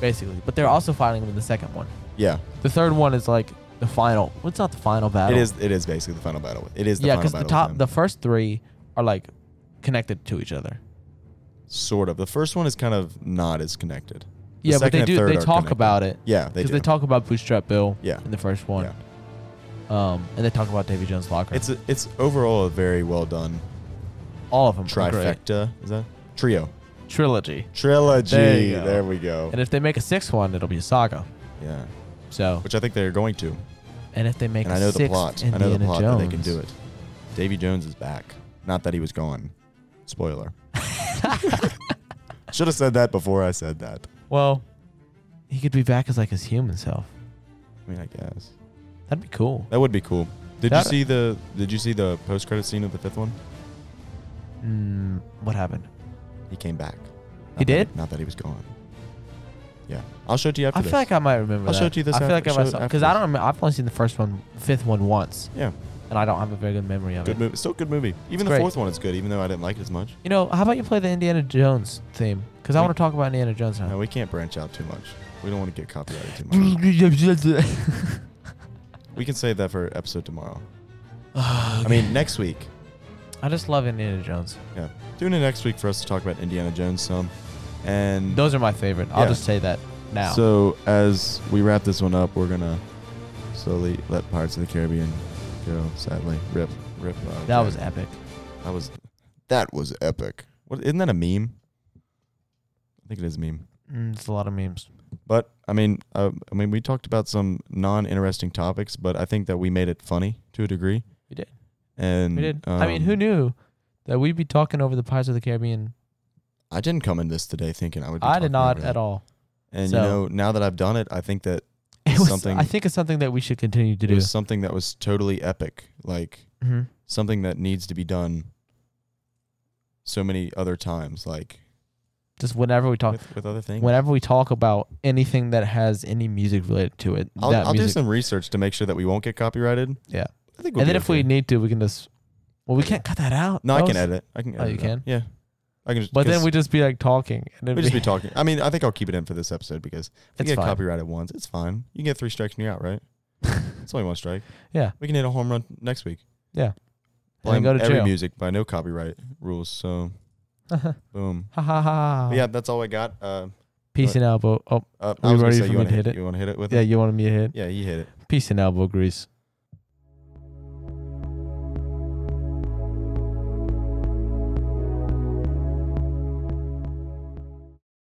B: basically. But they're also fighting him in the second one.
C: Yeah,
B: The third one is like the final. Well, it's not the final battle.
C: it is. It is basically the final battle. It is the
B: yeah,
C: final
B: the
C: battle
B: top,
C: with
B: the
C: him.
B: first three are like connected to each other.
C: sort of. The first one is kind of not as connected. The
B: yeah, but
C: second
B: they
C: and
B: do.
C: third
B: They
C: are
B: talk
C: connected.
B: about it
C: Yeah, they
B: because
C: do.
B: they, talk about Bootstrap Bill
C: Yeah.
B: in the first one,
C: Yeah.
B: um, and they talk about Davy Jones' locker.
C: It's a, it's overall a very well done
B: all of them are great.
C: trifecta. Is that trio?
B: trilogy.
C: Trilogy.
B: There you go.
C: There we go.
B: And if they make a sixth one, it'll be a saga.
C: yeah,
B: So,
C: which I think they're going to.
B: and if they make
C: and
B: a
C: I know the
B: sixth
C: plot.
B: Indiana
C: I know the plot
B: Jones,
C: that they can do it. Davy Jones is back. Not that he was gone.
B: <laughs>
C: Spoiler. <laughs> Should have said that before I said that.
B: Well, he could be back as like his human self.
C: I mean, I guess
B: That'd be cool.
C: that would be cool. Did
B: That-
C: you see the Did you see the post credit scene of the fifth one?
B: Mm, what happened?
C: He came back.
B: He
C: Not that
B: did?
C: not that he was gone. Yeah, I'll show it to you after.
B: I
C: this.
B: feel like I might remember.
C: I'll
B: that.
C: show it to you this
B: I feel
C: after-
B: like I
C: show
B: might
C: it
B: because
C: after
B: I
C: this.
B: don't. Remember, I've only seen the first one, fifth one once,
C: yeah,
B: and I don't have a very good memory of
C: good
B: it.
C: movie. Still a good movie. Even the
B: great.
C: fourth one is good, even though I didn't like it as much.
B: You know, how about you play the Indiana Jones theme? Because I
C: We-
B: want to talk about Indiana Jones
C: No,
B: now.
C: we can't branch out too much. We don't want to get copyrighted too
B: <laughs>
C: much. we can save that for episode tomorrow. I mean, next week.
B: I just love Indiana Jones.
C: Yeah. Tune in next week for us to talk about Indiana Jones some. And
B: Those are my favorite. I'll
C: Yeah.
B: just say that now.
C: so as we wrap this one up, we're gonna slowly let Pirates of the Caribbean go. Sadly, rip, rip. uh,
B: that was
C: Jack.
B: epic.
C: that was that was epic. What isn't that a meme? I think it is a meme.
B: Mm, it's a lot of memes.
C: But I mean, uh, I mean, we talked about some non-interesting topics, but I think that we made it funny to a degree.
B: We did.
C: And
B: We did. I mean, who
C: um,
B: knew that we'd be talking over the Pirates of the Caribbean?
C: I didn't come in this today thinking I would. Be
B: I did
C: talking about
B: not at
C: it. <laughs>
B: all.
C: And
B: So-
C: you know, now that I've done it, I think that
B: It was.
C: Something-
B: I think it's something that we should continue to
C: it
B: do.
C: was something that was totally epic, like
B: hmm
C: something that needs to be done so many other times, like
B: Just whenever we talk,
C: with, with other things.
B: whenever we talk about anything that has any music related to it,
C: I'll,
B: that
C: I'll do
B: music.
C: some research to make sure that we won't get copyrighted.
B: Yeah.
C: I think. We'll
B: and then
C: be
B: if we
C: okay.
B: need to, we can just. Well, we can't cut that out.
C: no,
B: That
C: I can
B: was-
C: edit. I can.
B: Oh,
C: Edit
B: you
C: it
B: can?
C: out. Yeah. I can just.
B: But then
C: because
B: we just be like talking, and then <laughs>
C: we just be talking. I mean, I think I'll keep it in for this episode because if we
B: It's
C: get
B: fine.
C: copyrighted once, it's fine. You can get three strikes and you're out, right?
B: <laughs>
C: It's only one strike.
B: yeah,
C: We can hit a home run next week.
B: yeah.
C: Blame
B: And then go to
C: every
B: jail.
C: music by no copyright rules. So
B: ha
C: boom.
B: ha ha.
C: But yeah, that's all I got. Uh,
B: Peace and elbow. Oh,
C: uh,
B: We
C: I was gonna
B: ready
C: say
B: for
C: you
B: me
C: want
B: to
C: to
B: hit
C: hit
B: it?
C: You want to hit it with
B: yeah.
C: it?
B: You wanted me to hit.
C: Yeah, he hit it.
B: Peace and elbow grease.